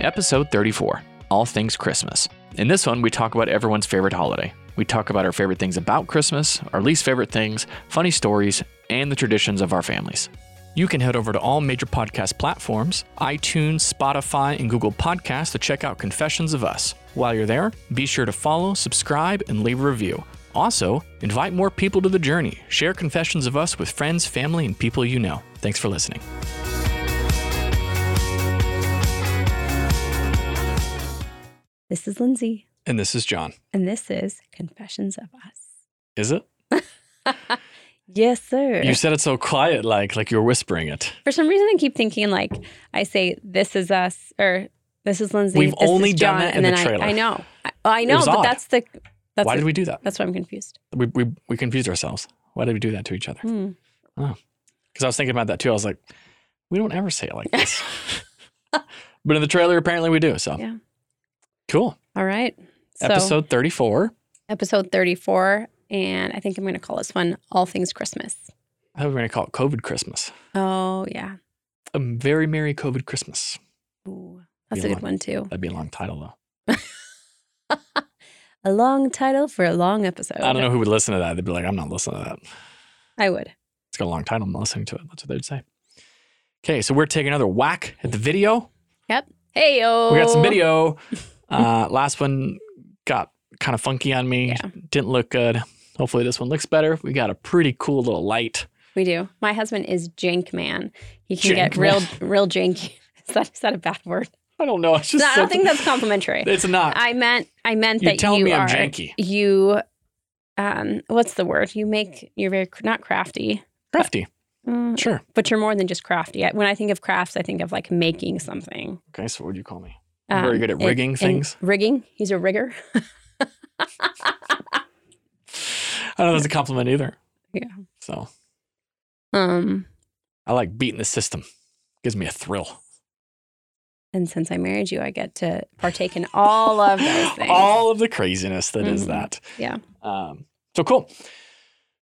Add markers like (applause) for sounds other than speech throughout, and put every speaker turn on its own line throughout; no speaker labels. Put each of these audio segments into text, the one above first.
episode 34 All Things Christmas. In this one, we talk about everyone's favorite holiday. We talk about our favorite things about Christmas, our least favorite things, funny stories, and the traditions of our families.
You can head over to all major podcast platforms, iTunes, Spotify, and Google Podcasts to check out Confessions of Us. While you're there, be sure to follow, subscribe, and leave a review. Also, invite more people to the journey. Share Confessions of Us with friends, family, and people you know. Thanks for listening.
This is Lindsay,
And this is John.
and this is Confessions of Us.
Is it?
Yes, sir. (laughs)
You said it so quiet, like like you were whispering it.
For some reason, I keep thinking like I say, "This is us," or "This is Lindsay."
We've
this is
only done
John,"
that in
and
the
then
trailer.
I, I know, I, I know,
was
but
odd.
that's the that's
Why
the-
did we do that?
that's why I'm confused.
We, we, we confused ourselves. Why did we do that to each other?
Hmm.
Because I was thinking about that too. I was like, we don't ever say it like
(laughs)
this. but in the trailer, apparently we do. So
Yeah.
cool.
All right, so episode,
Episode 34.
episode 34, and I think I'm going to call this one "All Things Christmas."
I thought we were going to call it COVID Christmas.
Oh yeah,
A very merry COVID Christmas.
Ooh, that's
Yeah.
a good one too.
That'd be a long title though.
A long title for a long episode.
I don't know who would listen to that. They'd be like, I'm not listening to that.
I would.
It's got a long title. I'm not listening to it. That's what they'd say. Okay, so we're taking another whack at the video.
Hey yo,
We got some
(laughs)
video. Uh, last one got kind of funky on me.
Yeah.
Didn't look good. Hopefully this one looks better. We got a pretty cool little light.
We do. My husband is jank man. He can
Jank
get real, (laughs) real janky. Is that is that a bad word?
I don't know. (laughs) It's just
No, I don't
something-
think that's complimentary.
it's not.
I meant, I meant
You're
that
telling
you
me
are
I'm janky.
you. Um, what's the word? You make you're very cr- not crafty, (laughs)
Crafty.
Mm,
Sure.
but you're more than just crafty. I- When I think of crafts, I think of like making something.
Okay, so what would you call me? I'm very good at
and-
rigging
and
things.
Rigging. He's a rigger.
I don't know if that's a compliment either.
Yeah.
So
Um,
I like beating the system. Gives me a thrill.
and since I married you, I get to partake in all of those
(laughs)
things.
All of the craziness that is
Mhm.
that.
Yeah.
Um, so cool.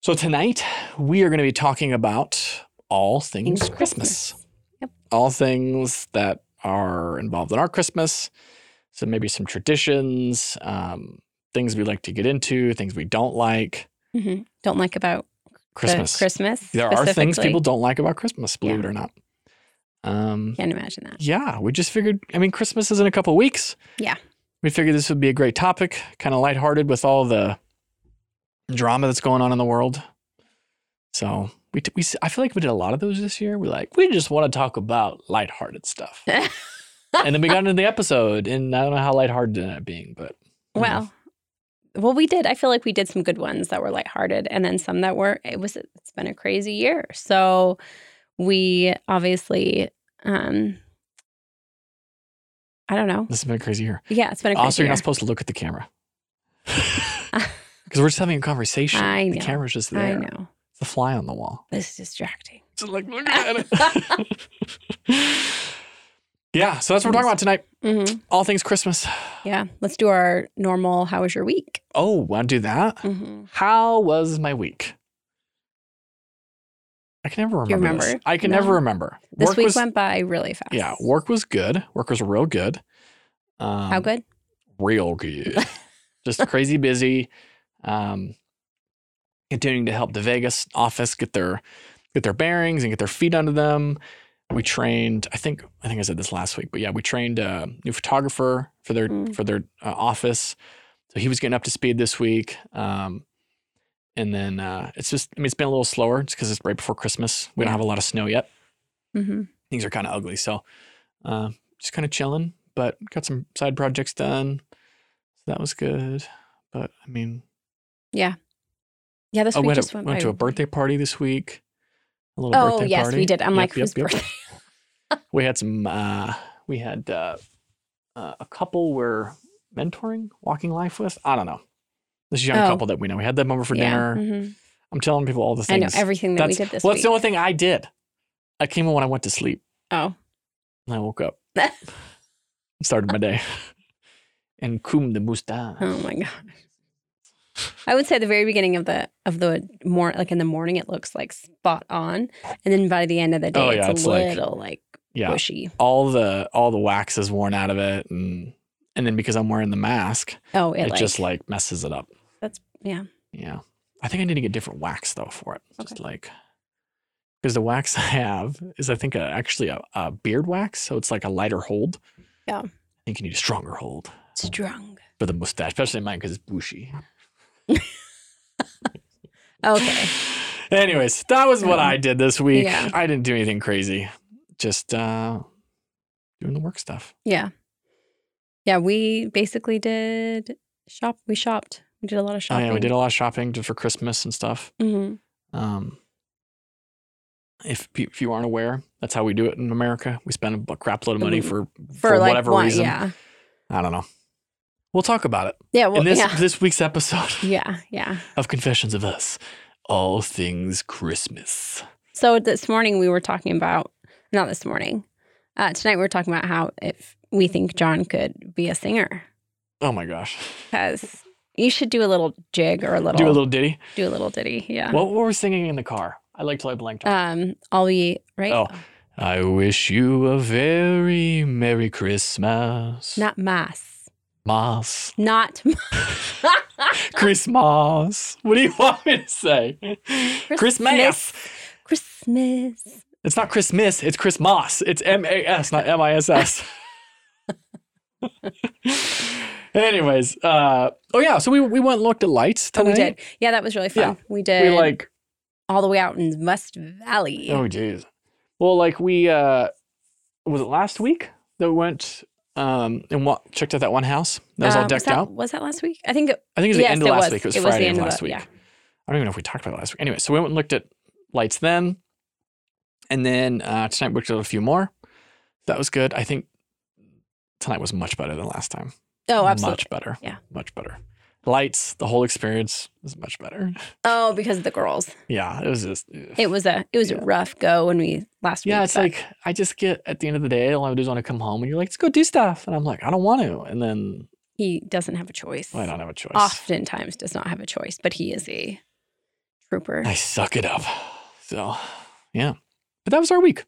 So tonight we are going to be talking about all things
Things
Christmas.
Christmas. Yep.
All things that are involved in our Christmas. So maybe some traditions, um, things we like to get into, things we don't like.
Mhm. Don't like about the
Christmas.
Christmas.
there are things
specifically.
people don't like about Christmas, believe
Yeah.
it or not. Um,
Can't imagine that.
yeah, we just figured. I mean, Christmas is in a couple weeks.
Yeah.
we figured this would be a great topic, kind of lighthearted with all the drama that's going on in the world. So we, t- we, s- I feel like we did a lot of those this year. We're like, we just want to talk about lighthearted
(laughs)
stuff, and then we got into the episode, and I don't know how lighthearted it ended up being, but you know.
Well, well, we did. I feel like we did some good ones that were lighthearted, and then some that were. It was. It's been a crazy year, so we obviously. um I don't know.
this has been a crazy year.
Yeah, it's been a crazy
Also, you're
year.
not supposed to look at the
(laughs)
camera because we're just having a conversation.
I
The
know.
camera's just
I
there.
know
It's the fly on the wall.
this is distracting.
(laughs) Just like look at
(laughs)
it. (laughs) yeah, so that's what we're talking about tonight.
hmm
All things Christmas.
Yeah, let's do our normal. How was your week?
Oh, want to do that?
hmm
How was my week? I can never
You
remember. this.
remember?
I can
No.
never remember.
This
work
week
was,
went by really fast.
Yeah, work was good. Work was real good. Um,
How good? (laughs)
Real good. Just crazy busy. Um, continuing to help the Vegas office get their get their bearings and get their feet under them. We trained, I think, I think I said this last week, but yeah, we trained a new photographer for their
Mm.
for their uh, office. So he was getting up to speed this week. Um, and then uh, it's just, I mean, it's been a little slower just because it's right before Christmas. We
Yeah.
don't have a lot of snow yet.
hmm
Things are kind of ugly, so uh, just kind of chilling. But got some side projects done, so that was good. But I mean,
Yeah, this
I Oh,
week
went,
just
to,
went,
went
by
to a birthday party this week. A little
Oh
birthday
yes,
party.
we did. I'm
Yep,
like,
yep,
whose
yep.
birthday?
We had some. Uh, we had uh, uh, a couple we're mentoring, walking life with. I don't know. This young
Oh.
couple that we know. We had them over for
(laughs) yeah.
dinner.
mhm.
I'm telling people all the
I know
things.
everything that
That's-
we did this
well,
week.
that's the only thing I did. I came in when I went to sleep
(laughs) oh,
and I woke up. Started my day. (laughs) and cum de mustache.
Oh my god. I would say the very beginning of the of the more like in the morning it looks like spot on, and then by the end of the day
Oh, yeah,
it's,
it's
a
like-
little like,
Yeah.
bushy.
All the all the wax is worn out of it and and then because I'm wearing the mask,
Oh, it,
it,
like,
just like messes it up.
That's- yeah.
Yeah. I think I need to get different wax though for it. Just
Okay.
like because the wax (laughs) I have is I think a, actually a, a beard wax, so it's like a lighter hold.
Yeah.
I think you need a stronger hold
strong.
for the mustache, especially mine because it's bushy.
Okay.
Anyways, that was what
Um,
I did this week.
yeah.
I didn't do anything crazy. Just uh doing the work stuff.
Yeah. Yeah. We basically did shop. We shopped. We did a lot of
Oh,
shopping.
yeah, we did a lot of shopping just for Christmas and stuff.
Mhm.
Um, if pe- if you aren't aware, that's how we do it in America. We spend a crap load of money for
Mm. For,
For
like
whatever
one,
reason.
Yeah.
I don't know. We'll talk about it
Yeah. Well,
in this
yeah. (laughs)
this week's episode
Yeah. Yeah.
(laughs) of Confessions of Us, all things Christmas.
So this morning we were talking about, not this morning, uh, tonight we were talking about how if we think John could be a singer,
Oh my gosh!
because you should do a little jig or a little,
Do a little ditty.
do a little ditty. Yeah.
What were we singing in the car? I like till I blanked. out.
um, I'll be right.
Oh. I wish you a very merry Christmas.
Not mass.
Mas.
Not (laughs)
Christmas. What do you (laughs) want me to say? Christmas.
Christmas.
It's not Christmas. It's Christmas. It's M A S, not M I S
(laughs)
S. (laughs) Anyways, uh, oh yeah, so we we went and looked at lights
Oh,
tonight.
we did. Yeah, that was really fun. We did
We like
all the way out in West Valley.
oh jeez. Well, like we uh, was it last week that we went um and wa- checked out that one house that was
Uh,
all decked
that,
out.
Was that last week? I think it,
I think it was
Yes,
the end of
it
last
was.
week. It was
It was the
Friday
end
of
of
last
the-
week.
yeah.
I don't even know if we talked about it last week. Anyway, so we went and looked at lights then, and then uh, tonight we looked at a few more. That was good. I think tonight was much better than last time.
oh, absolutely.
Much better.
Yeah.
Much better. Lights, the whole experience was much better. (laughs)
Oh, because of the girls.
Yeah, it was just.
It was a it was
Yeah.
a rough go when we last week.
yeah, it's
but-
like I just get at the end of the day, all I do is want to come home, and you're like, let's go do stuff, and I'm like, I don't want to, and then
he doesn't have a choice.
well, I don't have a choice.
Oftentimes does not have a choice, but he is a trooper.
I suck it up. (sighs) So, yeah, but that was our week.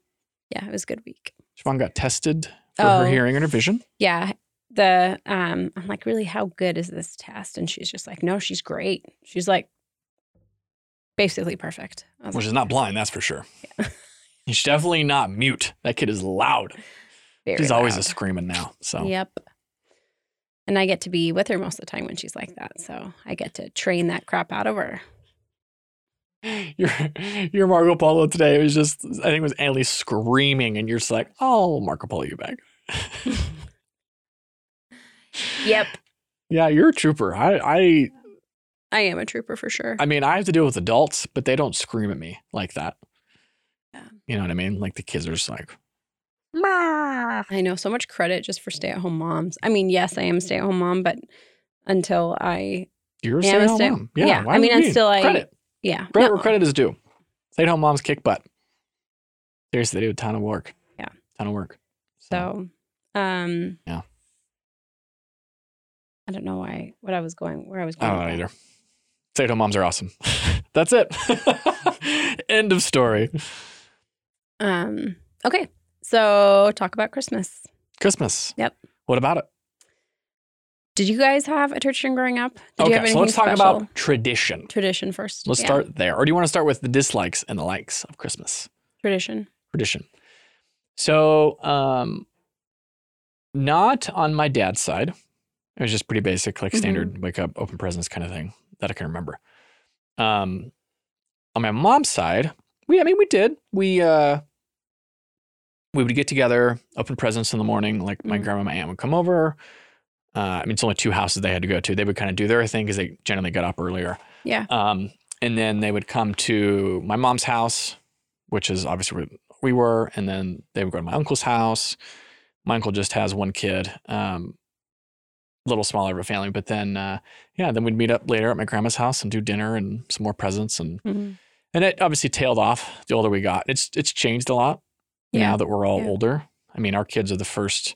Yeah, it was a good week.
Siobhan got tested for her
Oh.
hearing and her vision.
Yeah. The um I'm like, really, how good is this test? And she's just like, No, she's great. She's like basically perfect. I was
Which
like,
is not blind, that's for sure. (laughs) She's definitely not mute. That kid is loud.
very
She's always a
loud.
screaming now. So
Yep. And I get to be with her most of the time when she's like that. So I get to train that crap out of her.
(laughs) your your Marco Polo today was just I think it was Annalie screaming, and you're just like, oh, Marco Polo, you back.
Yep.
Yeah, you're a trooper. I I
I am a trooper for sure.
I mean, I have to deal with adults, but they don't scream at me like that.
Yeah.
You know what I mean? Like the kids are just like,
I know so much credit just for stay at home moms. I mean, yes, I am a stay at home mom, but until I,
you're a
Yeah, I'm a
stay-at-home
stay-
mom. Yeah,
yeah,
why
I
would
mean,
you
I'm
be?
still, like-
credit.
yeah.
Credit
no.
where credit is due. Stay at home moms kick butt. Seriously, they do a ton of work.
Yeah.
Ton of work.
So, um,
Yeah.
I don't know why, what I was going, where I was
I
going.
don't
with
know
that.
either. Stay at home moms are awesome. (laughs) That's it. (laughs) End of story.
Um, okay. So, talk about Christmas.
Christmas.
Yep.
What about it?
Did you guys have a tradition growing up? Did you have
okay, so let's talk
special?
about tradition.
tradition first.
Let's
Yeah,
start there. Or do you want to start with the dislikes and the likes of Christmas?
tradition.
tradition. So, um, not on my dad's side. It was just pretty basic, like
Mhm.
standard wake up, open presents kind of thing that I can remember. Um, on my mom's side, we, I mean, we did. We, uh, we would get together, open presents in the morning. Like my
Mhm.
grandma and my aunt would come over. Uh, I mean, it's only two houses they had to go to. They would kind of do their thing because they generally got up earlier.
Yeah.
Um, and then they would come to my mom's house, which is obviously where we were. And then they would go to my uncle's house. My uncle just has one kid, um, little smaller of a family. But then, uh, yeah, then we'd meet up later at my grandma's house and do dinner and some more presents. And,
Mhm.
and it obviously tailed off the older we got. It's, it's changed a lot
Yeah.
now that we're all
Yeah.
older. I mean, our kids are the first,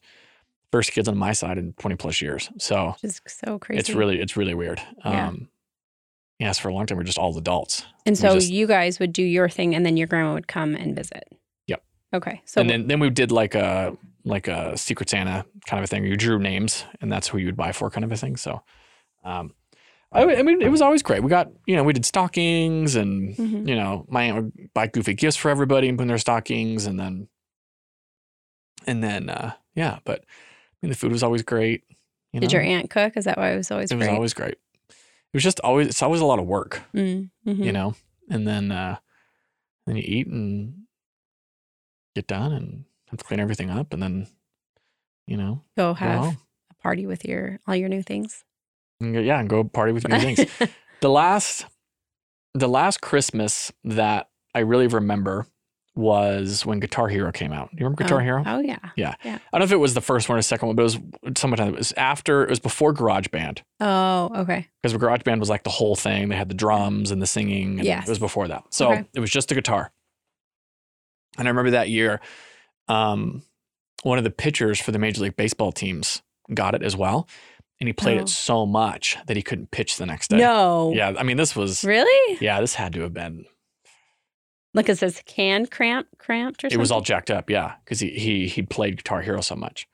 first kids on my side in 20 plus years. So,
Which is so crazy.
it's really it's really weird.
Yeah.
Um yes, for a long time we're just all adults.
And
we
so
just-
you guys would do your thing and then your grandma would come and visit. Okay. So
and then, then we did like a like a Secret Santa kind of a thing. You drew names, and that's who you would buy for, kind of a thing. So, um, I, I mean, it was always great. We got you know we did stockings, and
Mhm.
you know my aunt would buy goofy gifts for everybody and put in their stockings, and then and then uh, yeah, but I mean the food was always great. You
did
know?
your aunt cook? Is that why it was always
It was
great?
always great. It was just always it's always a lot of work
Mm, mhm.
you know and then uh then you eat and get done and have to clean everything up and then you know
Go
go
have
home.
a party with your all your new things.
And go- yeah and go party with your (laughs) new
(laughs)
things the last the last christmas that i really remember was when guitar hero came out you remember guitar
oh,
hero
Oh yeah.
i don't know if it was the first one or second one but it was sometime it was after it was before garageband
Oh, okay.
because garageband was like the whole thing they had the drums and the singing and
Yes.
it was before that so
Okay.
it was just a guitar and i remember that year um, one of the pitchers for the major league baseball teams got it as well and he played
Oh.
it so much that he couldn't pitch the next day
No.
yeah i mean this was
Really?
yeah this had to have been
Like it says can cramp cramped or
it
something.
was all jacked up yeah because he, he he played guitar hero so much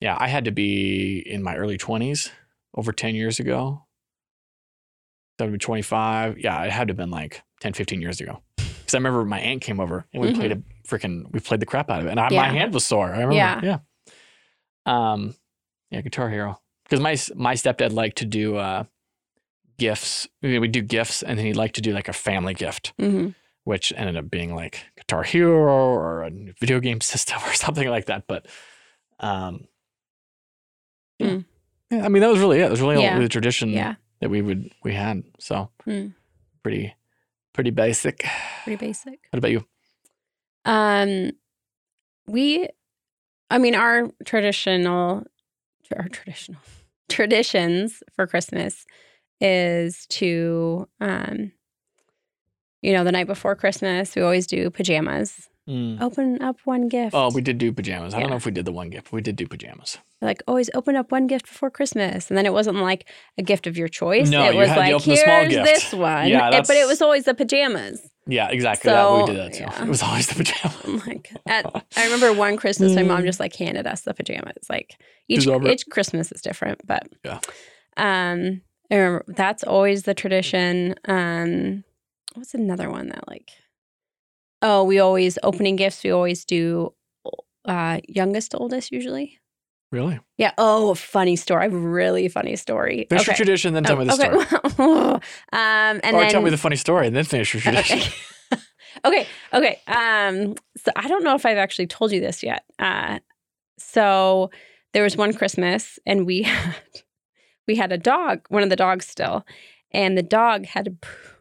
yeah i had to be in my early 20s over 10 years ago that would be 25 yeah it had to have been like 10 15 years ago because i remember my aunt came over and we
Mhm.
played a freaking we played the crap out of it and I,
Yeah.
my hand was sore i remember
Yeah.
yeah, um yeah guitar hero because my s- my stepdad liked to do uh gifts we would do gifts and then he liked to do like a family gift
Mhm.
which ended up being like Guitar Hero or a new video game (laughs) system or something like that. But um, yeah.
Hmm.
yeah, I mean that was really it. It was really
Yeah.
the tradition
Yeah.
that we would we had. So
Hmm.
pretty pretty basic.
Pretty basic.
What about you?
Um, we, I mean, our traditional, our traditional (laughs) traditions for Christmas is to, um, you know, the night before Christmas, we always do pajamas. Open up one gift.
Oh, we did do pajamas. I
Yeah.
don't know if we did the one gift. But we did do pajamas.
like always open up one gift before Christmas, and then it wasn't like a gift of your choice.
No,
it
you
was
had to
like
open a small
here's
gift."
this one.
Yeah,
It- but it
that's-
was always the pajamas.
Yeah, exactly. that,
So,
we did that too.
yeah.
It was always the pajamas.
(laughs) I'm like at, I remember one Christmas, my
Mm.
mom just like handed us the pajamas. Like each
Deserve it.
each Christmas is different, but
Yeah. Mm.
Um, I remember that's always the tradition. Um, what's another one that like? Oh, we always opening gifts. We always do uh, youngest oldest usually.
Really?
Yeah. Oh, funny story. I have a really funny story.
Finish your tradition, then tell
Oh,
me the story.
okay. (laughs) um, and
or
then
tell me the funny story, and then finish your tradition.
(laughs) Okay. okay. Okay. Um, so I don't know if I've actually told you this yet. Uh, so there was one Christmas and we (laughs) had we had a dog, one of the dogs still, and the dog had poo-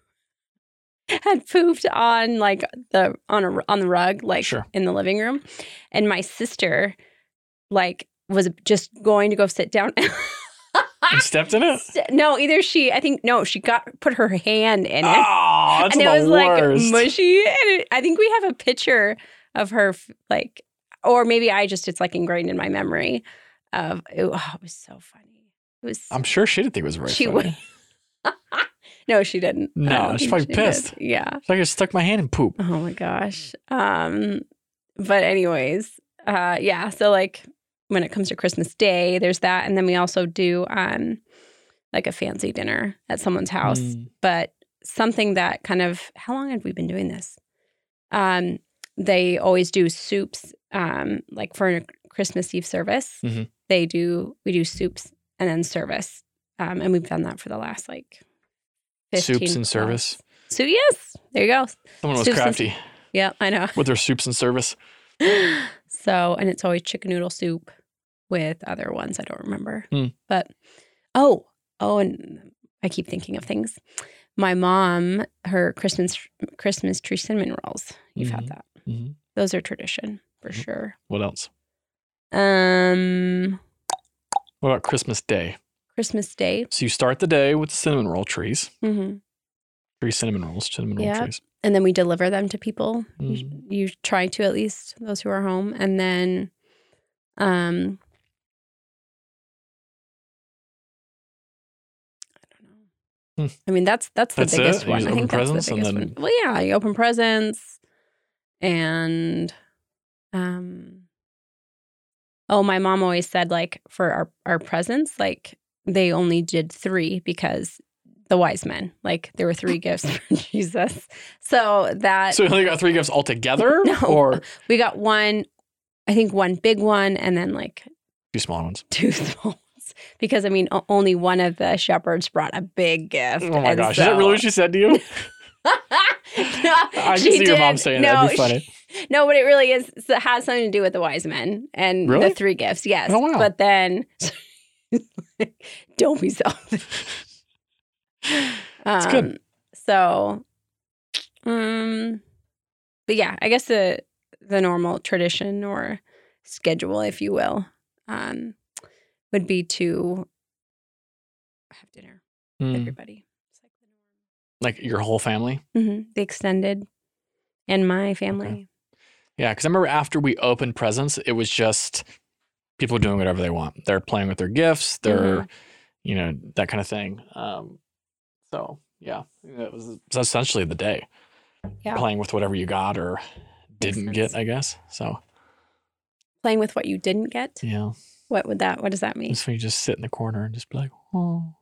had pooped on like the on a on the rug, like
Sure.
in the living room. And my sister like was just going to go sit down. (laughs)
You stepped in it.
no, either she, I think no, she got put her hand in it
Oh, that's
(laughs) and
the
it was
worst.
like mushy. And it, I think we have a picture of her, f- like, or maybe I just it's like ingrained in my memory. Of it, oh, it was so funny. It was
I'm sure she didn't think it was right.
She
She
would-
would.
no, she didn't. I
No,
don't
she's
think
probably
she did.
pissed.
Yeah.
It's like I just stuck my hand in poop.
Oh my gosh. Um, but anyways, uh, yeah. So like when it comes to Christmas Day, there's that, and then we also do um, like a fancy dinner at someone's house.
Mm.
but something that kind of how long have we been doing this um they always do soups um like for a christmas eve service
Mhm.
they do we do soups and then service um and we've done that for the last like 15
Soups and
plus-
service.
so yes there you go
Someone was
Soups and-
crafty
yeah i know
with their soups and service.
so, and it's always chicken noodle soup with other ones I don't remember.
Hmm.
But oh, oh, and I keep thinking of things. My mom, her Christmas Christmas tree cinnamon rolls. You've had
Mhm.
that.
Mhm.
Those are tradition for
Mhm.
sure.
What else?
Um,
What about Christmas Day?
Christmas Day,
So you start the day with the cinnamon roll trees,
Mhm.
three cinnamon rolls, cinnamon roll
Yeah.
trees.
and then we deliver them to people. You,
Mhm.
you try to at least those who are home, and then, um, I don't know.
Hmm.
I mean, that's that's the
That's it?
biggest
You
one.
just
I think
open
that's the
presents and
biggest
then-
one. Well, yeah, you open presents, and um oh my mom always said like for our, our presents like they only did three because the wise men like there were three gifts (laughs) for jesus so that
So you only got three gifts altogether,
Uh, (laughs) No.
or
we got one i think one big one and then like (laughs)
two small ones?
two small ones because i mean o- only one of the shepherds brought a big gift
Oh my
and
gosh, is that
so- (laughs)
really what she said to you?
no, (laughs)
I can
she
see your mom
did.
saying
no,
that. That'd be funny.
(laughs) No, but it really is it has something to do with the wise men and
Really?
the three gifts. Yes.
Oh, wow.
But then (laughs) don't be selfish. Um,
good.
So, um, but yeah, I guess the the normal tradition or schedule, if you will, um, would be to have dinner with
Mm.
everybody. It's like the norm.
Like your whole family?
hmm The extended and my family.
Yeah, because I remember after we opened presents, it was just people doing whatever they want. They're playing with their gifts. They're,
Mm-hmm.
you know, that kind of thing. Um, so yeah, that was that's essentially the day.
Yeah.
Playing with whatever you got or
Makes
didn't
sense.
get, I guess. So
Playing with what you didn't get.
yeah,
What would that? What does that mean?
that's when you just sit in the corner and just be like, oh,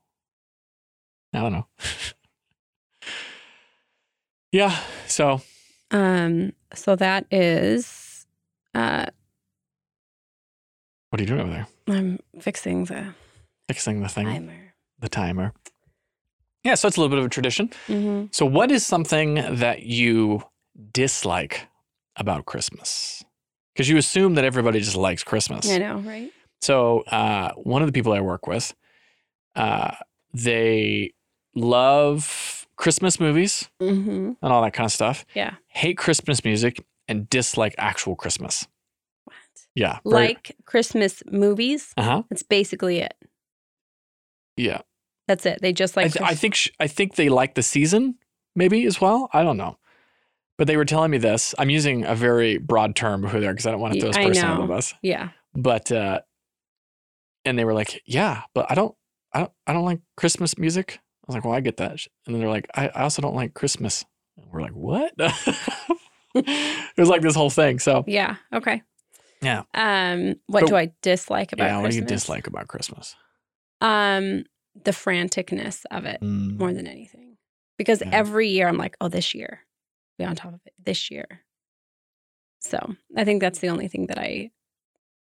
I don't know. (laughs) yeah. So
Um. So that is. Uh,
what are you doing over there?
I'm fixing the
Fixing the thing,
timer.
the timer. Yeah, so it's a little bit of a tradition.
Mm-hmm.
So, what is something that you dislike about Christmas? Because you assume that everybody just likes Christmas.
I know, right?
So, uh, one of the people I work with, uh, they love Christmas movies
Mm-hmm.
and all that kind of stuff.
Yeah.
Hate Christmas music and dislike actual Christmas.
What?
Yeah. very-
Like Christmas movies.
Uh-huh.
That's basically it.
Yeah.
That's it. They just
I,
like.
th- I think sh- I think they like the season maybe as well. I don't know. But they were telling me this. I'm using a very broad term who there because I don't want to
Y-
throw this
I
person
know.
under the bus.
yeah.
but uh and they were like yeah but i don't i don't i don't like christmas music i was like well i get that and then they're like i, I also don't like christmas and we're like what (laughs) it was like this whole thing so
Yeah. Okay.
Yeah.
Um. What
But-
do I dislike about?
yeah what do you
Christmas?
dislike about christmas
Um. The franticness of it
Mm,
more than anything, because
Yeah.
every year I'm like, oh, this year, be on top of it this year. So I think that's the only thing that I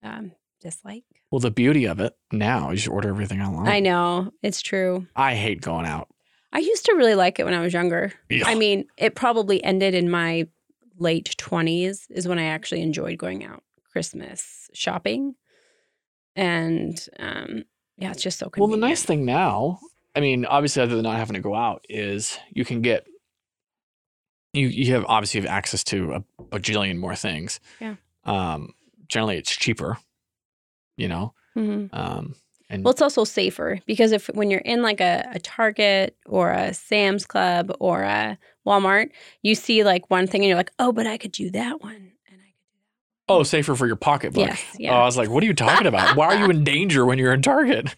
um, dislike.
well the beauty of it now is you order everything online
I know it's true.
i hate going out
I used to really like it when I was younger.
Ugh.
I mean, it probably ended in my late 20s is when I actually enjoyed going out Christmas shopping. And um yeah, it's just so
well
convenient.
the nice thing now i mean obviously other than not having to go out is you can get you you have obviously you have access to a bajillion more things
Yeah.
um generally it's cheaper you know
Mhm.
um and
Well, it's also safer because if when you're in like a, a Target or a Sam's Club or a Walmart, you see like one thing and you're like, oh, but I could do that one. And I could
oh safer for your pocketbook
Yes,
oh,
yeah.
i was like what are you talking about why are
(laughs)
you in danger when you're in target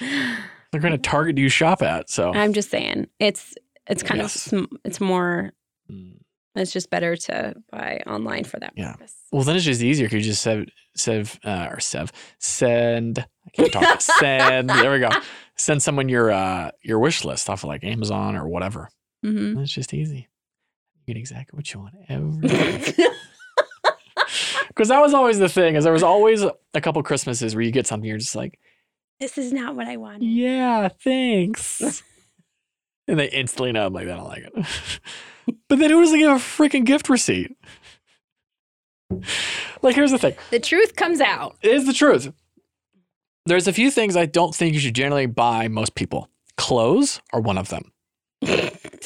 do that.
what kind of target do you shop at so
I'm just saying it's it's kind
Yes.
of sm- it's more
Mm.
it's just better to buy online for that
Yeah.
purpose.
well then it's just easier because you just sev, sev uh, or sev send i can't talk send there we go send someone your uh your wish list off of like amazon or whatever
Mm-hmm.
And it's just easy you get exactly what you want
(laughs)
every (laughs)
yeah.
because that was always the thing is there was always a couple christmases where you get something you're just like
This is not what I wanted.
Yeah, thanks. and they instantly know I'm like, I don't like it. (laughs) but then who doesn't give a freaking gift receipt? Like, here's the thing
The truth comes out.
it is the truth. There's a few things I don't think you should generally buy most people. Clothes are one of
(laughs)
them.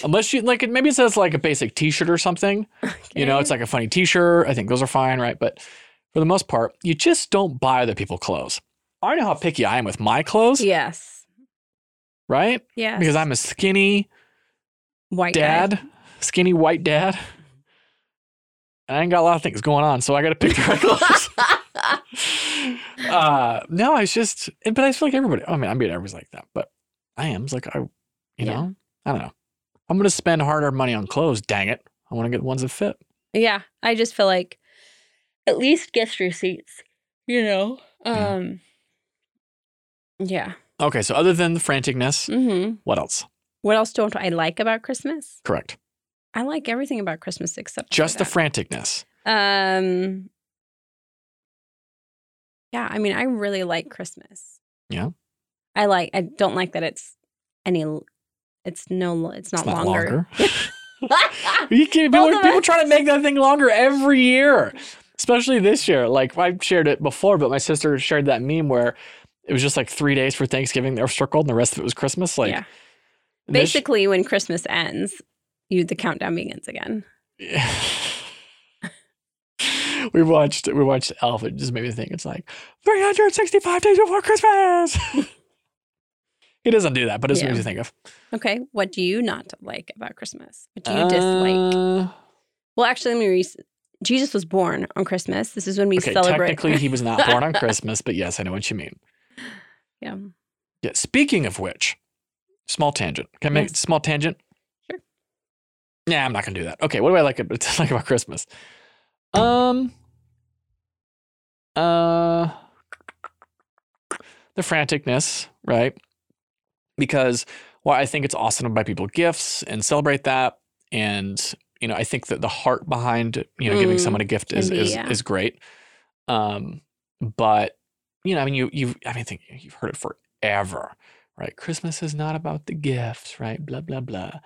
Unless you like, maybe it says like a basic t shirt or something. You know,
Okay.
it's like a funny t shirt. I think those are fine, right? But for the most part, you just don't buy other people clothes. I know how picky I am with my clothes,
yes.
right?
Yes.
because I'm a skinny
white guy. (laughs)
dad, (laughs) skinny white dad. And I ain't got a lot of things going on, so I got to pick the right (laughs) clothes. (laughs) uh, no, it's just, and- but I feel like everybody. I mean, I mean, everybody's like that, but I am it's like I, you
Yeah.
know, I don't know. I'm gonna spend hard-earned money on clothes. Dang it, I want to get the ones that fit.
yeah. I just feel like at least gets receipts, you know?
Mm.
Yeah.
Um, yeah.
Okay, so other than the franticness,
hmm
what else?
What else don't I like about Christmas?
Correct.
I like everything about Christmas except for
Just the
that.
franticness.
Um. Yeah, I mean, I really like Christmas.
Yeah.
I like. I don't like that it's any. l- It's no. l- It's not,
It's not
longer. (laughs)
longer. You can't, people,
Both of
people
us.
try to make that thing longer every year, especially this year. Like I shared it before, but my sister shared that meme where it was just like three days for Thanksgiving they were circled, and the rest of it was Christmas. Like
Yeah.
this-
Basically, when Christmas ends, you the countdown begins again.
(laughs) we watched we watched Elf. It just made me think. It's like 365 days before Christmas. (laughs) he doesn't do that, but it's what
Yeah.
makes you think of.
Okay, what do you not like about Christmas? What do you dislike?
Uh,
Well, actually, let me. Re- Jesus was born on Christmas. This is when we
okay,
celebrate.
technically he was not born on Christmas, but yes, I know what you mean.
Yeah.
Yeah. Speaking of which, small tangent. Can I make
Yes.
small tangent?
Sure.
Nah, I'm not gonna do that. Okay, what do I like about, (laughs) like about Christmas? Um. Uh. The franticness, right? Because while I think it's awesome to buy people gifts and celebrate that, and you know, I think that the heart behind you know giving someone
Mm.
someone a gift
Can
is
be,
is,
yeah.
is great. Um, but you know, I mean, you you I mean, I think you've heard it forever, right? Christmas is not about the gifts, right? Blah blah blah. In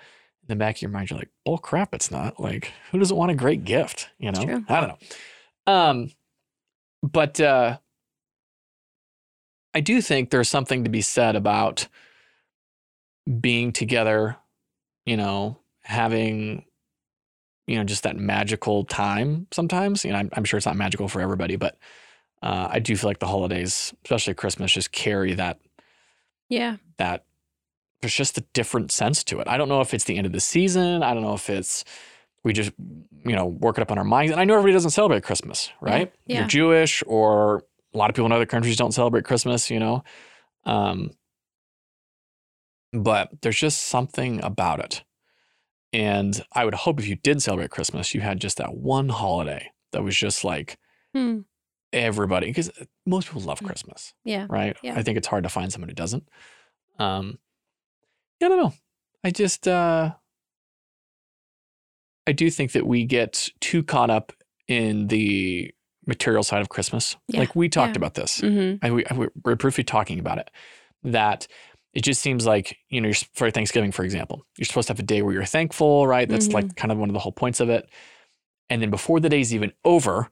the back of your mind, you're like, "Bull crap, it's not." Like, who doesn't want a great gift? You know,
true.
I don't know. Um, but uh, I do think there's something to be said about being together. You know, having you know, just that magical time sometimes. You know, I'm, I'm sure it's not magical for everybody, but uh, I do feel like the holidays, especially Christmas, just carry that,
(laughs) yeah.
that there's just a different sense to it. I don't know if it's the end of the season. I don't know if it's, we just, you know, work it up on our minds. And I know everybody doesn't celebrate Christmas, right?
Yeah.
You're Jewish or a lot of people in other countries don't celebrate Christmas, you know? Um, but there's just something about it. And I would hope if you did celebrate Christmas, you had just that one holiday that was just like
Hmm.
everybody, because most people love
Mm.
Christmas,
Yeah.
right?
Yeah.
I think it's hard to find someone who doesn't. Um, yeah, I don't know. I just, uh, I do think that we get too caught up in the material side of Christmas.
Yeah.
Like we talked
Yeah.
about this.
Mm-hmm.
I, we, I, we- we're briefly talking about it that it just seems like you know you're, s- for thanksgiving for example you're supposed to have a day where you're thankful right that's
Mm-hmm.
like kind of one of the whole points of it and then before the day's even over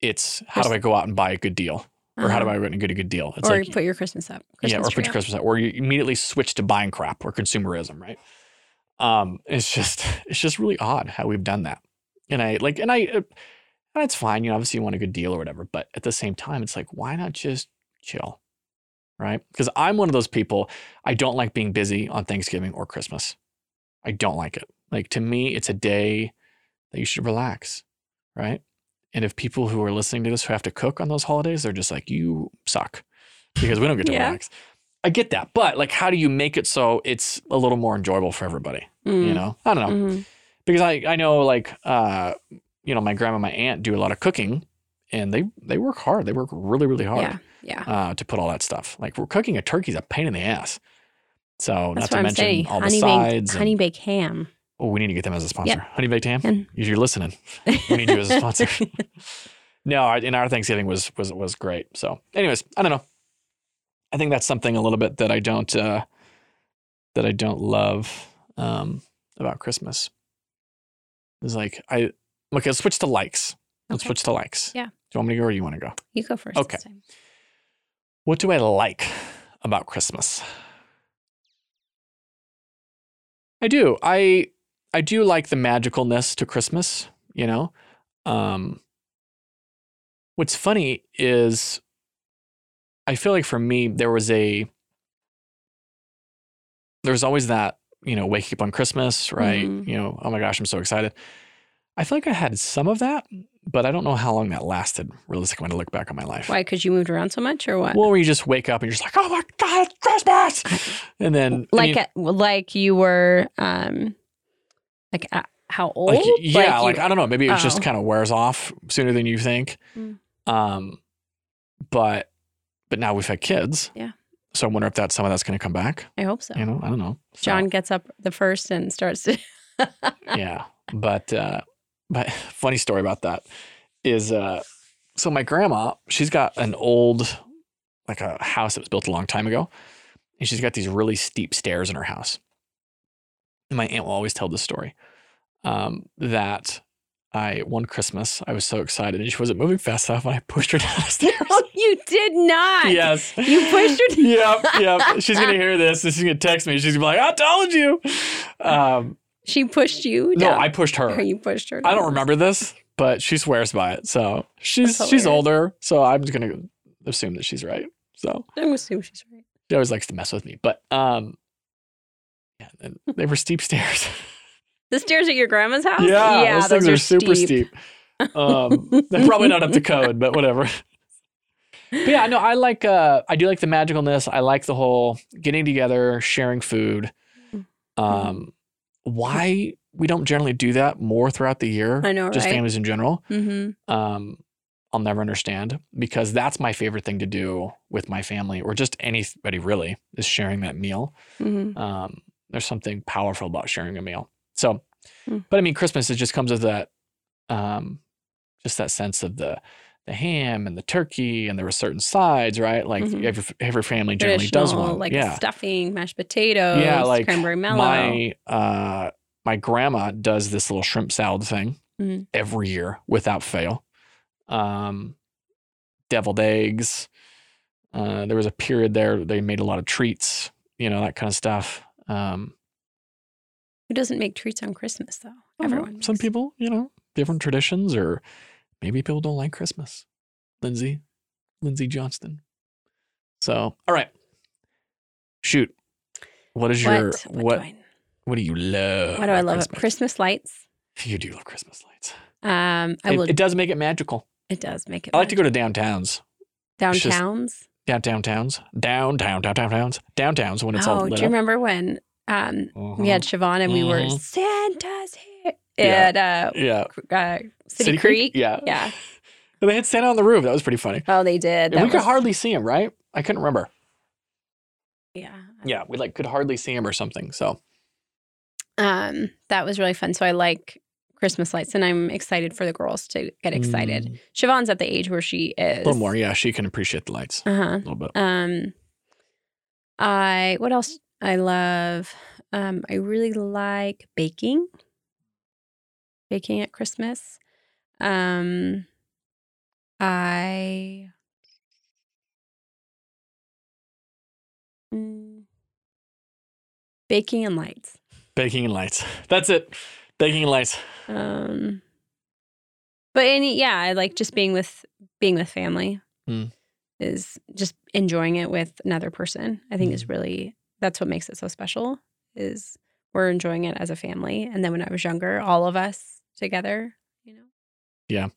it's how do i go out and buy a good deal or how do i get a good deal it's
Mm-hmm. Uh-huh. or
like
put your Christmas up.
yeah or
Christmas
put
tree
your
up.
christmas out or you immediately switch to buying crap or consumerism right um it's just (laughs) it's just really odd how we've done that and i like and i uh, that's fine you know obviously you want a good deal or whatever but at the same time it's like why not just chill right because i'm one of those people i don't like being busy on thanksgiving or christmas i don't like it like to me it's a day that you should relax right and if people who are listening to this who have to cook on those holidays they're just like you suck because we don't get to
(laughs) Yeah.
relax i get that but like how do you make it so it's a little more enjoyable for everybody you know i don't know
Mhm.
because I, I know like uh you know my grandma and my aunt do a lot of cooking and they they work hard they work really really
Yeah.
hard
Yeah.
uh, to put all that stuff like we're cooking a turkey's a pain in the ass so not
That's what
to
I'm
mention
saying.
all
honey
the sides
baked,
and-
honey baked ham.
oh we need to get them as a sponsor honey baked ham
And-
if you're listening we need you as a
(laughs)
sponsor no our- and our thanksgiving was was was great so anyways i don't know i think that's something a little bit that i don't uh that i don't love um about christmas is like i okay let's switch to likes let's
Okay.
switch to likes
Yeah.
do you want me to go or do you want to go
you go first.
Okay.
this time.
what do i like about christmas i do i i do like the magicalness to christmas you know um what's funny is i feel like for me there was a there was always that you know waking up on christmas right
Mhm.
you know oh my gosh i'm so excited i feel like i had some of that but i don't know how long that lasted realistically when i look back on my life
Why? Because you moved around so much, or what?
well, where you just wake up and you're just like, oh my God, it's Christmas. And then, I
like,
mean,
at- like you were, um, like a- how old?
Like, yeah,
you-
like, I don't know. Maybe it
Oh.
just kind of wears off sooner than you think.
Mm.
Um, but but now we've had kids.
Yeah.
So I wonder if that's some of that's going to come back.
I hope so.
You know, I don't know. So,
John gets up the first and
(laughs)
starts to.
yeah. But uh, but (laughs) funny story about that is uh, so my grandma she's got an old like a house that was built a long time ago, and she's got these really steep stairs in her house. And my aunt will always tell this story um, that I one Christmas I was so excited and she wasn't moving fast enough and I (laughs) pushed her down the
(laughs)
stairs.
Oh, you did not.
yes,
You pushed her
(laughs)
down-
Yep, yep. She's
(laughs)
gonna hear this. and She's gonna text me. She's gonna be like, "I told you." Um,
She pushed you.
no,
down.
I pushed her.
Or (laughs) you pushed her.
I
down.
don't remember this, but she swears by it. So she's
That's hilarious.
she's older, so I'm just gonna assume that she's right. So
I'm assuming she's right.
she always likes to mess with me, but um, yeah, and they were steep
(laughs)
stairs.
The stairs at your grandma's house.
yeah, those things are, super
steep.
steep.
(laughs)
Um, they're probably not up to code, but whatever. But yeah, no, I like uh, I do like the magicalness. I like the whole getting together, sharing food.
Mm-hmm.
Um, why we don't generally do that more throughout the year?
I know,
just
right?
families in general.
Mm-hmm.
um, I'll never understand because that's my favorite thing to do with my family or just anybody really is sharing that meal.
Mm-hmm.
Um, there's something powerful about sharing a meal. So,
Hmm.
but I mean, Christmas it just comes with that, um, just that sense of the the ham and the turkey and there were certain sides, right? Like
Mhm.
every every family generally
Traditional,
does one.
like
yeah,
stuffing, mashed potatoes,
yeah, like
cranberry mellow.
my uh, my grandma does this little shrimp salad thing
Mhm.
every year without fail. Um, deviled eggs. Uh, there was a period there they made a lot of treats, you know, that kind of stuff. Um,
Who doesn't make treats on Christmas though?
I don't know,
Everyone.
Some
makes-
people, you know, different traditions, or maybe people don't like Christmas. Lindsay, Lindsay Johnston. So, all right. Shoot. What is your
What? What,
what uh,
do I,
what do you love?
what do I
about
love? Christmas, Christmas lights.
You do love Christmas lights.
Um, I
it,
will.
it
It,
does make it magical.
does make it.
I like to go to downtowns. it's
magic.
just-
downtowns.
Downtown towns. Downtown, downtown towns. Downtowns when it's all
Oh,
lit
do you
up. Mm-hmm.
remember when um, we had Siobhan and we were
Mhm.
Santa's here
Yeah.
at uh,
Mhm. yeah.
uh, City, Creek?
Yeah.
Yeah.
And They had Santa on the roof. That was pretty funny.
Oh, they
And
did.
we
That
could
was-
hardly see him, right? I couldn't remember.
Yeah.
Yeah, we like could hardly see him or something. So
Um, that was really fun. So I like Christmas lights, and I'm excited for the girls to get excited.
Mm,
Siobhan's at the age where she is
a little more. Yeah, she can appreciate the lights
Uh huh.
a little bit.
Um, I what else I love? Um, I really like baking. Baking at Christmas. Um, I. Mm. Baking and lights.
Baking and lights. (laughs) That's it. Baking and lights. (laughs)
Um, but any yeah, I like just being with being with family
Hmm.
is just enjoying it with another person. I think is really that's what makes it so special is we're enjoying it as a family. And then when I was younger, all of us together, you know.
Yeah.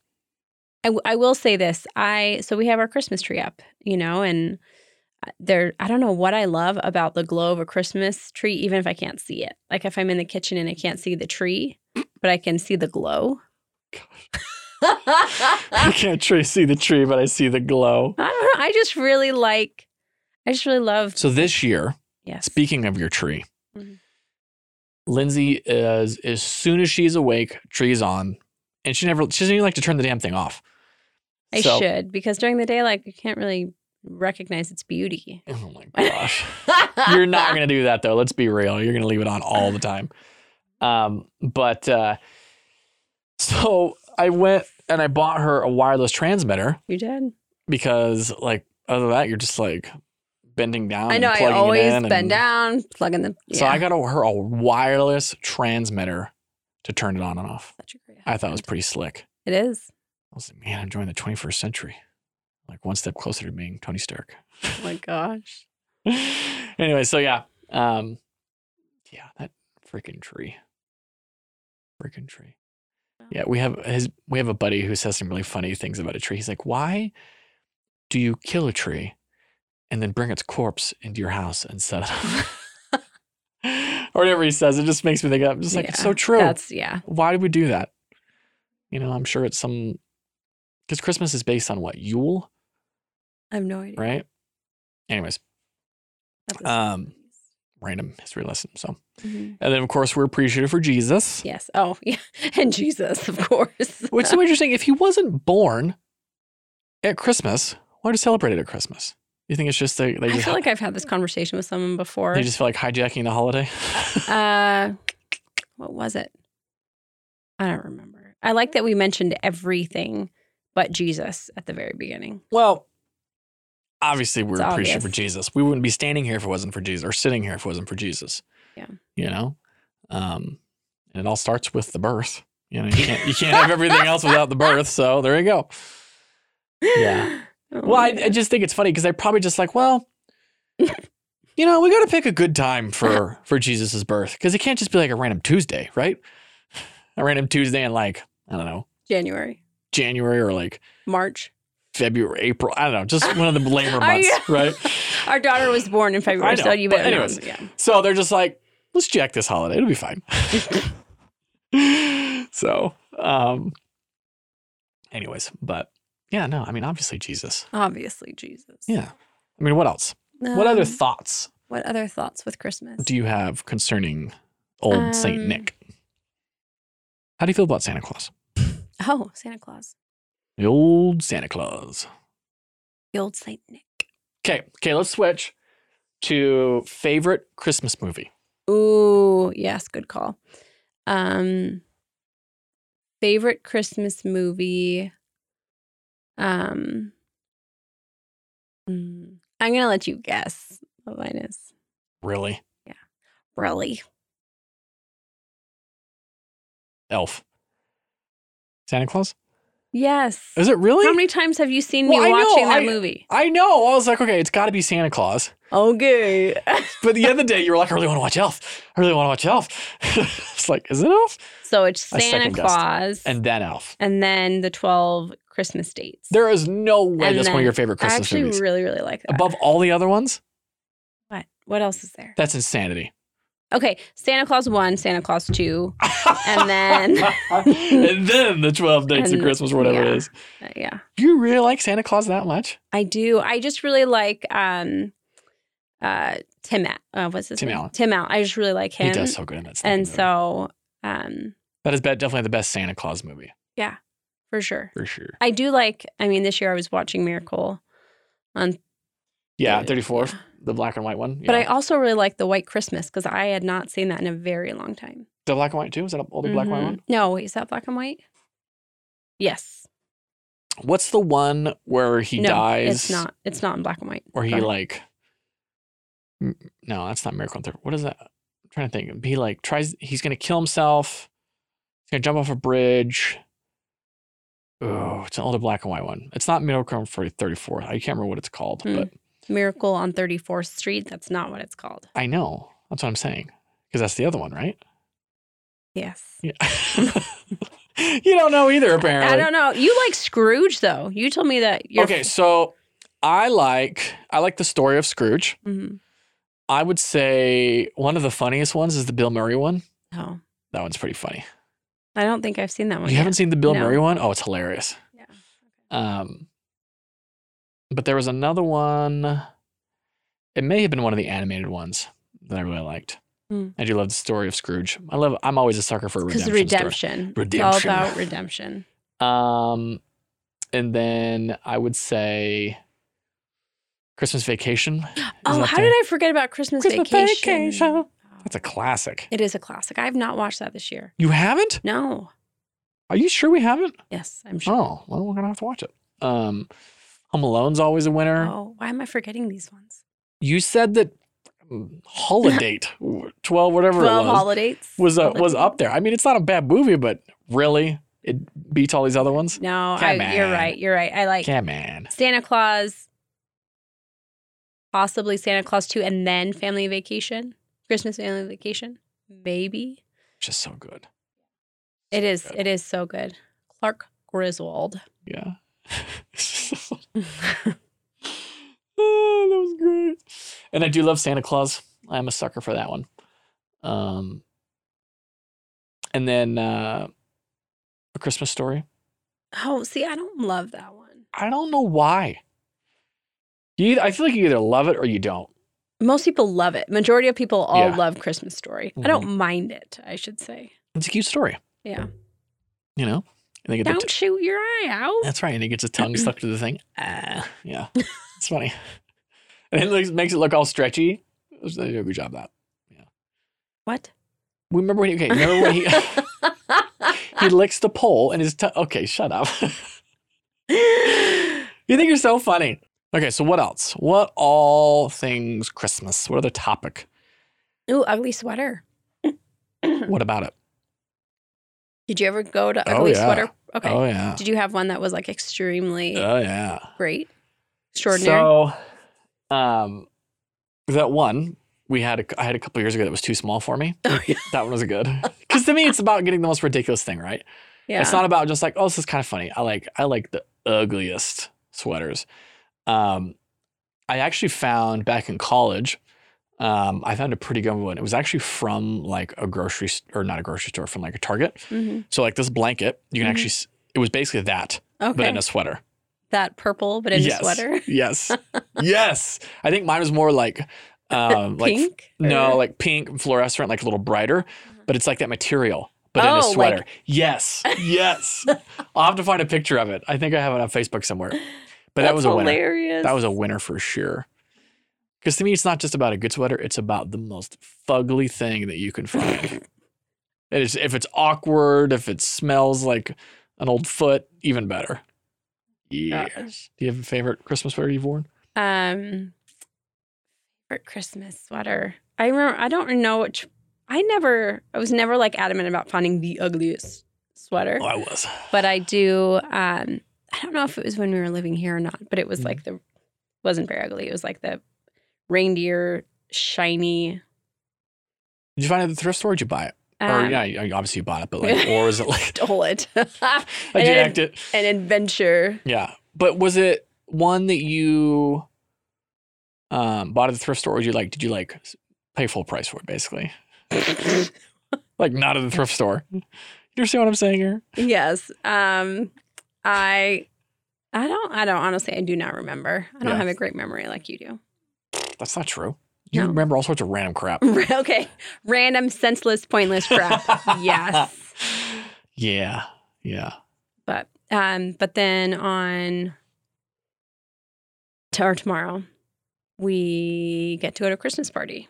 I, w- I will say this. I so we have our Christmas tree up, you know, and uh, there I don't know what I love about the glow of a Christmas tree even if I can't see it. Like if I'm in the kitchen and I can't see the tree, but I can see the glow.
I
I
can't tr- see the tree, but I see the glow.
don't know. (laughs) I just really like. I just really love.
So this year,
Yes.
Speaking of your tree,
Mhm.
Lindsay is as soon as she's awake, tree's on, and she never she doesn't even like to turn the damn thing off.
I
So-
should because during the day, like you can't really recognize its beauty.
Oh my gosh, you're not gonna do that though. Let's be real, you're gonna leave it on all the time. Um, but uh, so I went and I bought her a wireless transmitter
(laughs) You did.
because, like, other than that, you're just like bending down.
I know.
and
I
plugging it
always
in
bend
and-
down, plug in the. Yeah.
So I got a, her a wireless transmitter to turn it on and off.
Such a great
I thought it was
husband.
pretty slick.
It is.
I was like, man, I'm joining the 21st century. Like one step closer to being Tony Stark.
Oh my gosh.
anyway, so yeah. Um, yeah, that freaking tree. Freaking tree. Yeah, we have his we have a buddy who says some really funny things about a tree. He's like, Why do you
(laughs)
kill a tree and then bring its corpse into your house and set it up? (laughs) or whatever he says. It just makes me think of, I'm just like, it's
Yeah,
so (laughs) true.
That's yeah.
Why did we do that? You know, I'm sure it's some, because Christmas is based on what? Yule,
I have no idea.
right? Anyways,
That's a-
um, random history lesson. So, and then of course, we're appreciative for Jesus,
Mm-hmm. Yes. Oh, (laughs) yeah. And Jesus, of course.
(laughs) which
(laughs)
is so interesting. If he wasn't born at Christmas, why do you celebrate it at Christmas? You think it's just they, they
I
just
feel like I've
(laughs)
had this conversation with someone before.
they just feel like hijacking the holiday? (laughs)
uh, what was it? I don't remember. I like that we mentioned everything but Jesus at the very beginning.
Well, obviously we're
It's
appreciative for
obvious.
Jesus. We wouldn't be standing here if it wasn't for Jesus, or sitting here if it wasn't for Jesus.
Yeah.
You know, um, and it all starts with the birth. You know, you can't you can't have everything else without the birth. So there you go. Yeah.
(laughs) Oh,
Well, I,
yeah.
I just think it's funny because they're probably just like, well, you know, we got to pick a good time for for Jesus's birth because it can't just be like a random Tuesday, right? A random Tuesday in like I don't know
January,
January or like
March.
February, April. I don't know, just one of the labor
Are
months,
you-
right?
Our daughter was born in February, so
know,
you
but
better know.
anyways.
Yeah.
So they're just like, let's jack this holiday. It'll be fine. (laughs) so, um, anyways, but yeah, no, I mean, obviously Jesus.
Obviously, Jesus.
Yeah. I mean, what else? what other
Um,
thoughts
what other thoughts with Christmas?
do you have concerning old Saint
Um,
Nick? How do you feel about Santa Claus?
oh, Santa Claus,
The old Santa Claus.
the old Saint Nick.
Okay. Okay. Let's switch to favorite Christmas movie.
Ooh, yes, good call. Um favorite Christmas movie. Um mm, I'm gonna let you guess what mine is.
Really?
Really.
Elf. Santa Claus?
Yes.
Is it really?
How many times have you seen
Well,
me
I know,
watching that
I-
movie?
I know. I was like, okay, it's got to be Santa Claus.
Okay.
(laughs) But the other day, you were like, I really want to watch Elf. I really want to watch Elf. (laughs) it's like, is it Elf?
so it's
I
Santa
second guessed.
Claus and,
And then Elf.
then the twelve Christmas dates.
There is no way
And
that's one
then-
of your favorite
I
Christmas
actually
movies.
really, really like that.
Above all the other ones,
what? What else is there?
that's insanity.
Okay, Santa Claus one, Santa Claus two, and then
(laughs) and then the 12 dates of
And-
Christmas or whatever
yeah.
it is.
Uh, yeah.
You really like Santa Claus that much?
I do. I just really like um uh Tim A- uh what's his
Tim
name?
Allen.
Tim Allen. I just really like him.
he does so good in that stuff.
and so um
that is be- definitely the best Santa Claus movie
for sure.
for sure.
I do like I mean this year I was watching Miracle on
Yeah,
Yeah.
34, the black and white one.
but I
yeah.
also really like The White Christmas cuz I had not seen that in a very long time.
the black and white too. Is that an older black and white
Mhm.
one?
No, wait, is that black and white? Yes.
What's the one where he
no,
dies?
It's not it's not in black and white.
Where
Go
he
ahead.
like, m- no, that's not Miracle on Third. What is that? I'm trying to think. He like tries. He's gonna kill himself. He's gonna jump off a bridge. Oh, it's an older black and white one. It's not Miracle on Thirty Four. I can't remember what it's called,
Hmm.
but
Miracle on 34th Street, that's not what it's called.
I know that's what I'm saying because that's the other one, right?
Yes. (laughs)
Yeah. (laughs) you don't know either, apparently.
I don't know. You like Scrooge though. You told me that you're
Okay, so I like I like the story of Scrooge.
hmm
I would say one of the funniest ones is the Bill Murray one.
No,
That one's pretty funny.
Oh, I don't think I've seen that one.
you haven't seen the Bill
Oh, No.
Murray one? Oh, it's hilarious.
Yeah.
Um, but there was another one. It may have been one of the animated ones that I really liked.
Hmm.
I do love the story of Scrooge. I love. I'm always a sucker for a
Because
redemption. story.
redemption. It's
Redemption.
all about redemption.
Um, and then I would say Christmas Vacation. is
oh,
up
how
there.
did I forget about Christmas,
Christmas
vacation?
Vacation.
Oh,
That's a classic.
it is a classic. I have not watched that this year.
You haven't?
No.
Are you sure we haven't?
Yes, I'm sure.
Oh, well, we're gonna have to watch it. Um, Home Alone's always a winner.
Oh, why am I forgetting these ones?
You said that mm,
(laughs)
Holiday twelve, whatever
Twelve
it was,
holidays
was uh,
Holiday-
was up there. I mean, it's not a bad movie, but really, it beats all these other ones.
No,
Come
I, you're
on.
right. You're right. I like
Yeah, man.
Santa Claus, possibly Santa Claus two, and then Family Vacation, Christmas Family Vacation, maybe.
Just so good.
It is.
good.
It is Mm. so good. Clark Griswold.
Yeah. (laughs) Oh, that was great. And I do love Santa Claus. I'm a sucker for that one. Um, and then uh, a Christmas story.
(laughs) Oh, see, I don't love that one.
I don't know why. You, either, I feel like you either love it or you don't.
Most people love it. Majority of people all
Yeah. Mm-hmm.
love Christmas Story. I don't mind it. I should say.
It's a cute story.
Yeah.
You know, and they get the
Don't shoot your eye out.
That's right. And he gets his tongue stuck to the
(laughs)
thing. Ah, yeah. It's funny. (laughs) And it looks, makes it look all stretchy. It was- They did a good job of that.
What?
We remember when he, okay, remember when he, (laughs) he licks the pole and his tongue. Okay, shut up. (laughs) you think you're so funny. Okay, so what else? What all things Christmas? What other topic?
(laughs) Ooh, ugly sweater.
What about it?
Did you ever go to
Oh,
ugly
yeah.
sweater? Okay.
Oh, yeah.
Did you have one that was like extremely
Oh, yeah.
great, extraordinary?
So, um, that one we had, a, I had a couple years ago that was too small for me.
Oh, yeah.
That one was
(laughs)
good. Because to me, it's about getting the most ridiculous thing, right?
yeah.
It's not about just like, oh, this is kind of funny. I like I like the ugliest sweaters. Um, I actually found back in college, um, I found a pretty good one. It was actually from like a grocery s- or not a grocery store, from like a Target.
Mhm.
So like this blanket, you can
Mhm.
actually. s- It was basically that,
Okay.
but in a sweater.
that purple, but in
yes.
a sweater. (laughs)
Yes. yes. I think mine was more like, um, like
(laughs) Pink?
no,
Or- Uh-huh.
like pink and fluorescent, like a little brighter, but it's like that material, but in
Oh,
a
like-
sweater. yes,
(laughs)
yes. I'll have to find a picture of it. I think I have it on Facebook somewhere. But that
That's
was a winner.
hilarious.
That was a winner for sure. Because to me, it's not just about a good sweater; it's about the most fugly thing that you can
(laughs)
find. it is if it's awkward, if it smells like an old foot, even better. Yeah.
Gosh.
Do you have a favorite Christmas sweater you've worn?
Um, for Christmas sweater. I remember. I don't know which. I never. I was never like adamant about finding the ugliest sweater,
Oh, I was.
but I do. Um, I don't know if it was when we were living here or not, but it
Mm-hmm.
was like the wasn't very ugly. It was like the reindeer shiny.
Did you find it at the thrift store? Or did you buy it? or
Um,
Oh,
(laughs)
yeah, you- obviously you bought it, but like, or was it like
stole (laughs) it.
Like
And
you
then-
act it.
An adventure. (laughs)
Yeah. But was it one that you um bought at the thrift store or did you like did you like s- pay full price for it basically? Like not at the thrift store. (laughs) You understand what I'm saying here?
yes. Um, I. I don't. I don't. Honestly, I do not remember. I don't
Yeah.
have a great memory like you do. (laughs)
That's not true. You
No.
remember all sorts of random crap.
okay. Random, senseless, pointless (laughs) crap.
(laughs)
yes.
Yeah. Yeah.
But um, but then on to or tomorrow, we get to go to a Christmas party.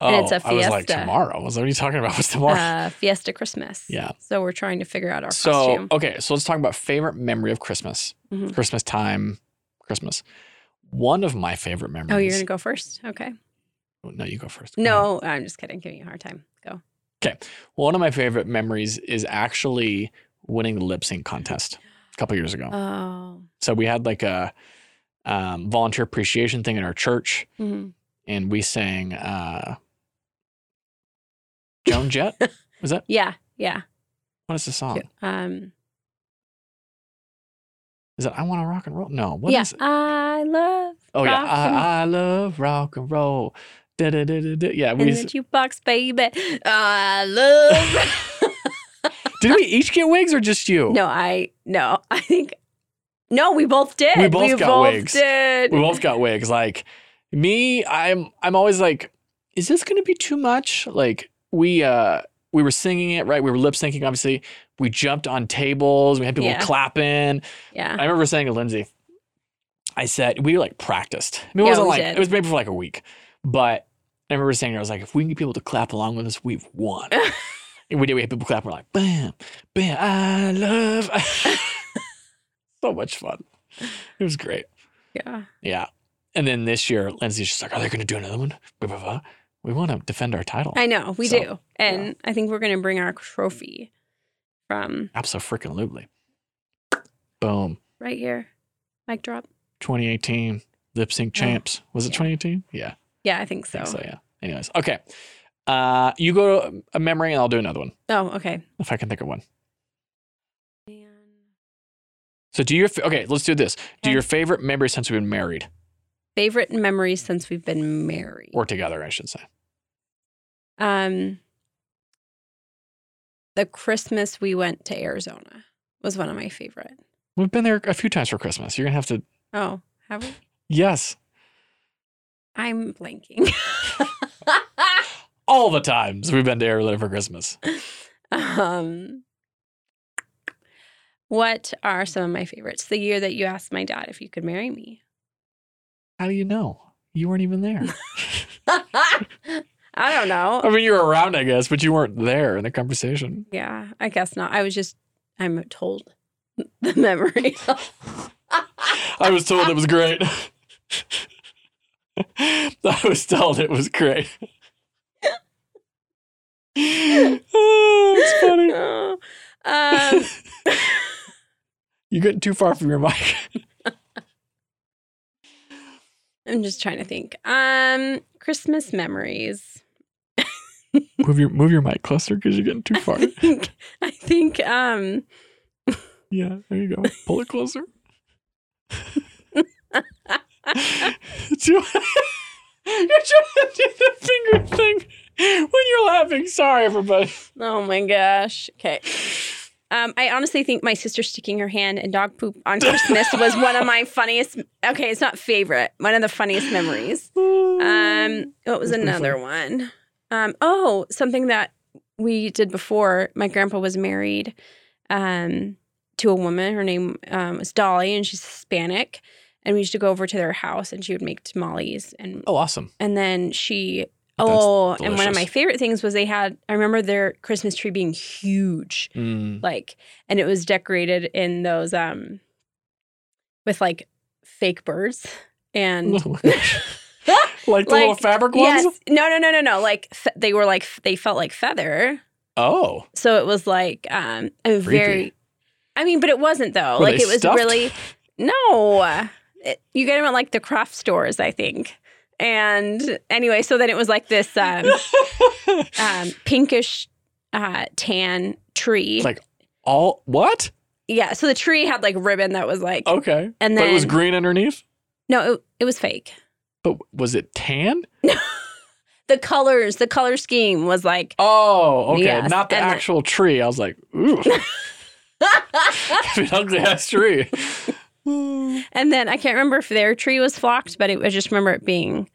Oh,
And it's a
I was like
fiesta.
tomorrow. I was like, what are you talking about? What's tomorrow?
Uh, Fiesta Christmas.
Yeah.
So we're trying to figure out our
so
costume.
okay, so let's talk about favorite memory of Christmas.
Mhm.
Christmas time, Christmas. One of my favorite memories. Oh,
Oh, you're gonna go first? Okay.
No, you go first. Go ahead.
No, I'm just kidding, giving you a hard time. Go.
One of my favorite memories is actually winning the lip sync contest a couple years ago.
Oh.
So we had like a um, volunteer appreciation thing in our church,
Mhm.
and we sang uh, Joan
(laughs)
Jett. Was that
Yeah, yeah.
what is the song?
Um
Is it I Want to Rock and Roll? No, what is
yeah.
it?
I love
Oh yeah,
rock and-
I, I love rock and roll. Da, da, da, da, da. Yeah,
in
we
the jukebox, baby. I
(laughs)
love
did we each get wigs or just you?
No, I no. (laughs) I think no. We both did.
We both got
both
wigs.
Did.
we both got wigs. Like me, I'm I'm always like, is this gonna be too much? Like we uh we were singing it, right? We were lip syncing, obviously. We jumped on tables, we had people
Yeah. Uh-huh.
clapping. (laughs)
yeah.
I remember saying to Lindsay, I said, we like practiced. I mean, it
Yeah,
wasn't
we
like
did.
it was maybe for like a week. But I remember saying I was like, if we can get people to clap along with us, we've won. and we did, we had people clap, we're like, bam, bam, I love (laughs) so much fun. It was great.
Yeah.
Yeah. And then this year, Lindsay's just like, are they going to do another one? Blah, blah, blah. We want to defend our title.
I know we
So,
do, and I think we're gonna bring our trophy from
Absolutely. freaking lutely. Boom.
right here. Mic drop.
2018 lip sync
Yeah.
champs. Was it
Yeah.
2018? Yeah.
Yeah, I think
I
so.
think so, yeah. Anyways, okay. Uh, you go to a memory and I'll do another one
Oh, okay.
if I can think of one.
Man.
So do your, f- okay, let's do this. Do
Okay.
your favorite memory since we've been married
Favorite memories since we've been married.
or together, I should say.
Um, the Christmas we went to Arizona was one of my favorite.
We've been there a few times for Christmas. You're gonna have to.
Oh, have we?
Yes,
I'm blanking. (laughs)
all the times we've been to Arizona for Christmas.
um, what are some of my favorites? The year that you asked my dad if you could marry me.
How do you know? You weren't even there.
I don't know.
I mean, you were around, I guess, but you weren't there in the conversation.
Yeah, I guess not. I was just I'm told (laughs) the memory.
I was told it was great. (laughs) I was told it was great. (laughs) oh, it's
(laughs)
funny.
Oh, um,
You're getting too far from your mic. (laughs)
I'm just trying to think. Um, Christmas memories.
move your move your mic closer because you're getting too far.
I think, I think um,
Yeah, there you go. Pull it closer. (laughs) Do- (laughs) you're trying to do the finger thing when you're laughing. Sorry, everybody.
oh my gosh. Okay. Um, I honestly think my sister sticking her hand in dog poop on Christmas was one of my funniest. Okay, it's not favorite. One of the funniest memories. Um, what was
That's pretty
another one? Um, oh, something that we did before. My grandpa was married um, to a woman. Her name um, was Dolly, and she's Hispanic. And we used to go over to their house, and she would make tamales, and
oh, awesome.
and then she.
That's
oh, and one of
delicious.
my favorite things was they had. I remember their Christmas tree being huge,
Mm.
like, and it was decorated in those um, with like fake birds and
(laughs) like the
(laughs)
little
Like,
fabric ones.
Yes. No, no, no, no, no. Like fe- they were like f- they felt like feather.
Oh, (laughs)
So it was like um a very I mean, but it wasn't though.
Were
like
they
it was
stuffed?
really no. It- you get them at like the craft stores, I think. And anyway, so then it was like this um, um pinkish uh tan tree.
Like- all what?
yeah, so the tree had like ribbon that was like
Okay,
and then
Oh, but it was green underneath.
No, it, it was fake.
But was it tan?
The colors, the color scheme was like
Oh, okay,
Yes,
not the
and the-
actual tree. I was like, ooh, (laughs) an ugly ass tree.
(laughs)
(laughs)
And then I can't remember if their tree was flocked, but it, I just remember it being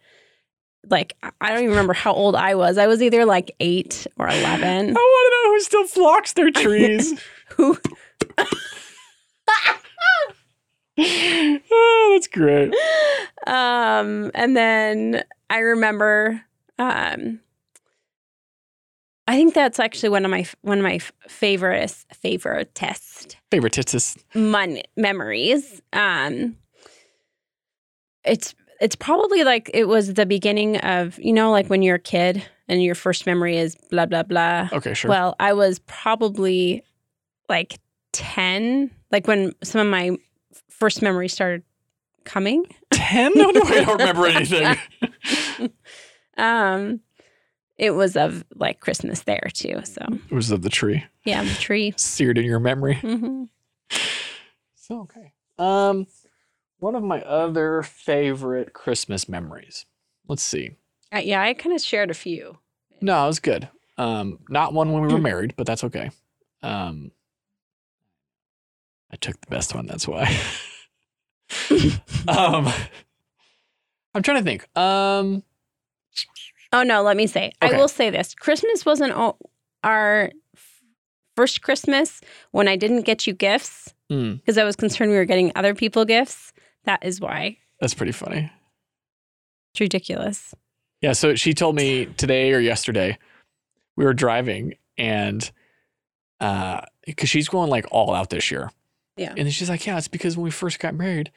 like I- I don't even remember how old I was. I was either like eight or
I
eleven.
want to know who still flocks their trees.
(laughs) Who?
(laughs) oh, that's great.
Um, and then I remember. Um, I think that's actually one of my one of my favorite favorite test
Favorite tits.
mon- memories. Um, it's it's probably like it was the beginning of you know like when you're a kid and your first memory is blah blah blah.
Okay, sure.
Well, I was probably like 10, like when some of my f- first memories started coming. (laughs)
Ten? No, no, I don't remember anything.
Um it was of like Christmas there too. So,
it was of the tree
yeah, the tree.
seared in your memory.
hmm
So okay. Um, one of my other favorite Christmas memories. Let's see.
Uh, yeah, I kind of shared a few.
No, it was good. Um, not one when we were married, but that's okay. Um, I took the best one. That's why. um, I'm trying to think. Um,
Oh no, let me say.
Okay.
I will say this. Christmas wasn't o- our f- first Christmas when I didn't get you gifts
hmm,
because I was concerned we were getting other people gifts. That is why.
that's pretty funny.
It's ridiculous.
Yeah. So she told me today or yesterday, we were driving and, uh, because she's going like all out this year.
Yeah.
And then she's like, yeah, it's because when we first got married,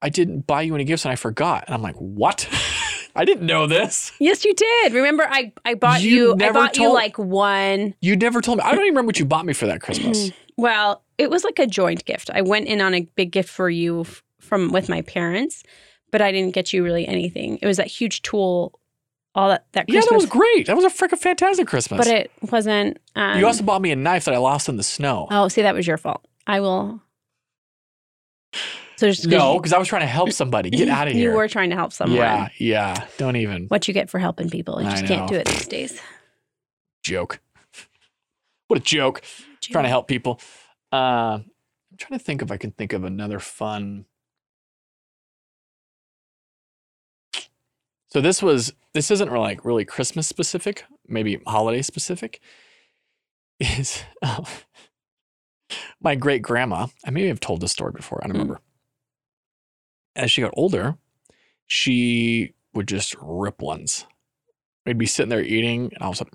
I didn't buy you any gifts and I forgot. And I'm like, what? (laughs) I didn't know this.
Yes, you did. Remember, I I bought
You
you.
never
I bought you
told-
like one.
You never told me. I don't even remember what you bought me for that Christmas.
Mm-hmm. Well, it was like a joint gift. I went in on a big gift for you f- from with my parents, but I didn't get you really anything. It was that huge tool, all that that
yeah,
Christmas.
that was great. That was a freaking fantastic Christmas.
but it wasn't. Um,
you also bought me a knife that I lost in the snow.
Oh, see, that was your fault. I will. So just 'cause
no,
you-
because I was trying to help somebody
(laughs)
get out of here.
You were trying to help someone.
Yeah, yeah. Don't even.
What you get for helping people, you
I
just
know.
can't do it these days.
Joke. (laughs) What a joke. Trying to help people. Uh, I'm trying to think if I can think of another fun. So this was this isn't really, like really Christmas specific, maybe holiday specific. Is uh, my great grandma? I may have told this story before. I don't
Mm.
remember. As she got older, she would just rip ones. We'd be sitting there eating, and all of a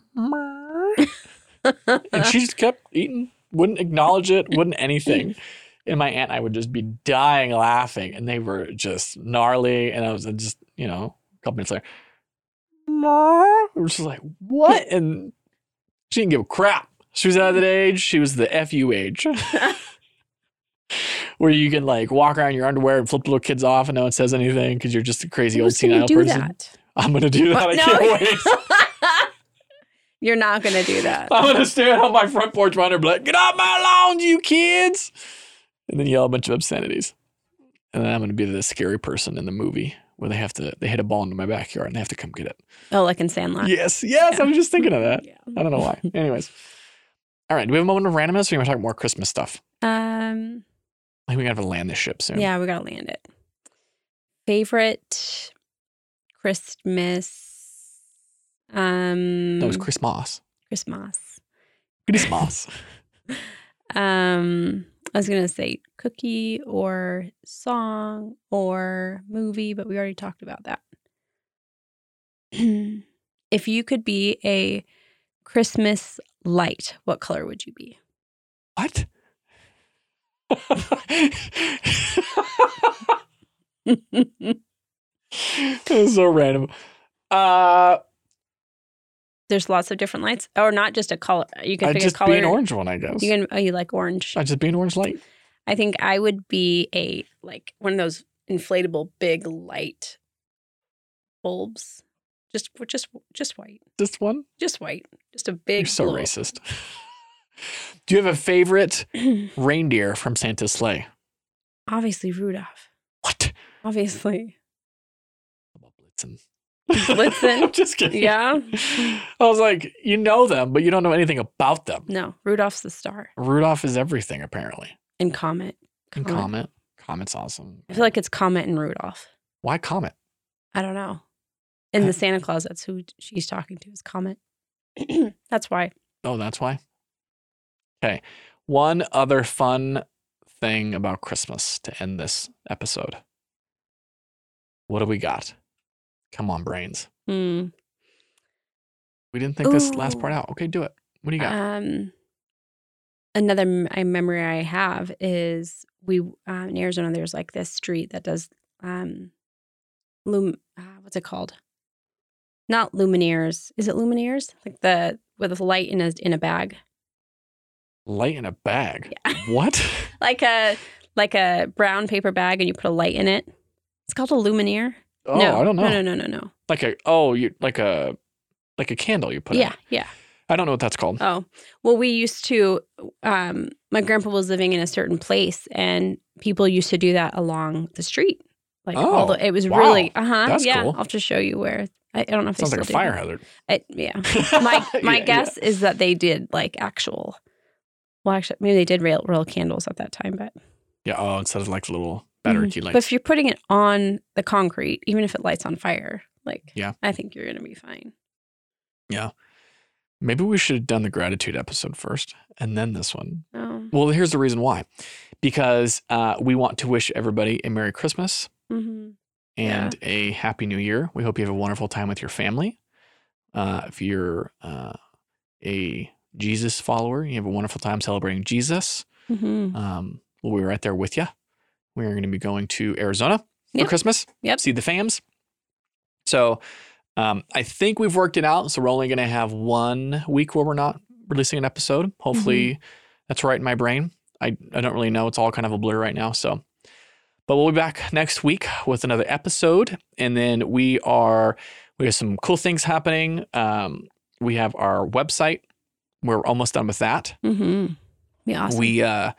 sudden,
(laughs)
and she just kept
Mm.
eating, wouldn't acknowledge it, wouldn't
(laughs)
anything. And my aunt and I would just be dying laughing, and they were just gnarly. And I was uh, just, you know, a couple minutes later, "Ma?" we were just like, what? And she didn't give a crap. She was out of that
Mm.
age. She was the FU
(laughs)
age, (laughs) where you can like walk around in your underwear and flip little kids off, and no one says anything because you're just a crazy old
Who's gonna
senile
do
person. (laughs)
that?
I'm gonna do that. I
What?
can't
(laughs) No.
wait.
You're not going to do
(laughs)
that.
I'm gonna stand on my front porch runner, be like, get off my lawn, you kids! And then yell a bunch of obscenities. And then I'm gonna be the scary person in the movie where they have to they hit a ball into my backyard and they have to come get it.
Oh, like in Sandlot.
Yes, yes, I was just thinking of that.
(laughs) Yeah.
I don't know why. Anyways. All right, do we have a moment of randomness or you want to talk more Christmas stuff?
Um.
I think we gotta land this ship soon.
Yeah, we gotta land it. Favorite Christmas. Um.
That was Christmas.
Christmas. (laughs)
Christmas.
Um. I was gonna say cookie or song or movie, but we already talked about that. (clears throat) if you could be a Christmas light, what color would you
(laughs)
be? (laughs)
what? (laughs) that was so random. Uh
There's lots of different lights, or not just a color. You can
I'd
pick
just
a color.
be an orange one, I guess.
You can. Oh, you like orange?
I'd just be an orange light.
I think I would be a like one of those inflatable big light bulbs. Just just just white.
This one.
Just white. Just a big
You're so
blow.
racist. (laughs) Do you have a
(laughs)
favorite reindeer from Santa's sleigh?
Obviously Rudolph.
What? (laughs)
Obviously.
How about Blitzen? (laughs)
Blitzen?
I'm just kidding.
Yeah.
I was like, you know them, but you don't know anything about them.
No, Rudolph's the star.
Rudolph is everything, apparently.
And Comet.
And
Comet.
Comet. Comet's awesome.
I feel like it's Comet and Rudolph.
Why Comet?
I don't know. In
Uh,
the Santa Claus, that's who she's talking to is Comet. (clears throat) that's why.
Oh, that's why. Okay. One other fun thing about Christmas to end this episode. What do we got? Come on, brains.
Hmm.
We didn't think this last
Ooh.
part out. Okay, do it. What do you got?
Um, another m- I- memory I have is we um, in Arizona. There's like this street that does um, lum. Uh, what's it called? Not luminaires. Is it luminaires? Like the with a light in a in a bag,
Light in a bag. What?
(laughs) like a like a brown paper bag, and you put a light in it. It's called a luminaire.
Oh,
no,
I don't know.
No, no, no, no, no.
Like a oh, you like a like a candle you put in.
yeah, yeah.
I don't know what that's called.
Oh, well, we used to, um, my grandpa was living in a certain place and people used to do that along the street. Like,
Oh,
all the, it was
wow.
really, uh huh.
That's
yeah.
cool.
I'll just show you where. I, I don't know if
Sounds
they
like a
still do
fire
that.
hazard.
I- yeah.
(laughs)
My, my
Yeah, yeah.
guess is that they did like actual, well, actually, maybe they did real, real candles at that time, but,
Yeah. Oh, instead of like little battery
Mhm.
key
but
lights.
if you're putting it on the concrete, even if it lights on fire, like,
Yeah.
I think you're going to be fine.
Maybe we should have done the gratitude episode first and then this one.
Oh,
Well, here's the reason why. Because uh, we want to wish everybody a Merry Christmas
hmm
and a Happy New Year. We hope you have a wonderful time with your family. Uh, if you're uh, a Jesus follower, you have a wonderful time celebrating Jesus.
hmm
Um, we'll be right there with you. We're going to be going to Arizona
Yep.
for Christmas.
Yep.
See the fams. So um, I think we've worked it out. So we're only going to have one week where we're not releasing an episode. Hopefully
Mm-hmm.
that's right in my brain. I, I don't really know. It's all kind of a blur right now. So, but we'll be back next week with another episode. And then we are, we have some cool things happening. Um, we have our website. We're almost done with that.
hmm Be awesome.
We uh,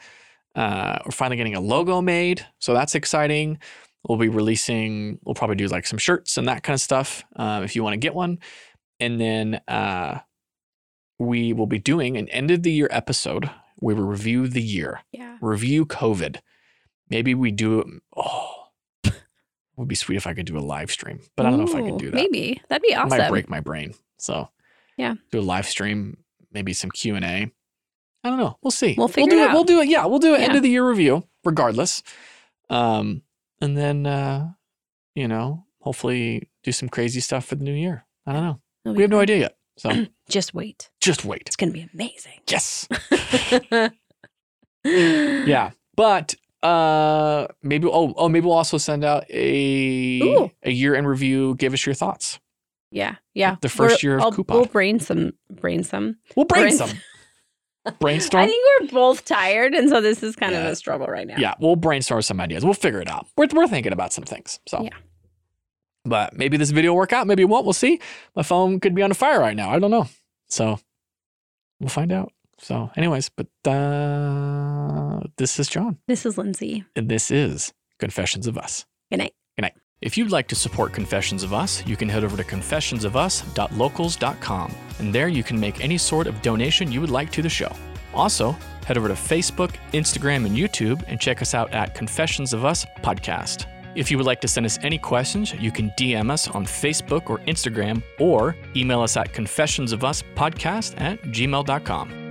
uh, we're finally getting a logo made, so that's exciting. We'll be releasing. We'll probably do like some shirts and that kind of stuff. Um, if you want to get one, and then uh, we will be doing an end of the year episode. We will review the year,
Yeah.
review COVID. Maybe we do. Oh, (laughs) it would be sweet if I could do a live stream, but I don't know if I
Ooh,
can do that.
Maybe that'd be
It might
awesome.
break my brain. So
Yeah.
do a live stream, maybe some Q and A. I don't know. We'll see.
We'll figure
do
it
it.
out.
We'll do it. Yeah, we'll do an end
Yeah.
of the year review, regardless. Um, and then uh, you know, hopefully do some crazy stuff for the new year. I don't know.
That'll be
We have no
fun.
idea yet. So
(clears throat) Just wait.
just wait.
It's gonna be amazing. (laughs)
Yes.
yeah.
Yeah. But uh maybe oh oh maybe we'll also send out a
Ooh.
a year in review. Give us your thoughts.
Yeah. Yeah.
The first year of
I'll,
Coupon.
We'll brain some brain some.
We'll brain
Brains- (laughs)
some.
I
Brainstorm.
think we're both tired and so this is kind of
Yeah.
a struggle right now.
yeah, we'll brainstorm some ideas. We'll figure it out. We're, we're thinking about some things. So,
Yeah.
but maybe this video will work out. Maybe it won't. We'll see. My phone could be on fire right now. I don't know. So, we'll find out. So, anyways, but uh, this is John,
This is Lindsay.
and this is Confessions of Us.
Good night.
Good night. If you'd like to support Confessions of Us, you can head over to confessionsofus.locals.com, and there you can make any sort of donation you would like to the show. Also, head over to Facebook, Instagram, and YouTube and check us out at Confessions of Us Podcast. If you would like to send us any questions, you can DM us on Facebook or Instagram or email us at confessionsofuspodcast at gmail.com.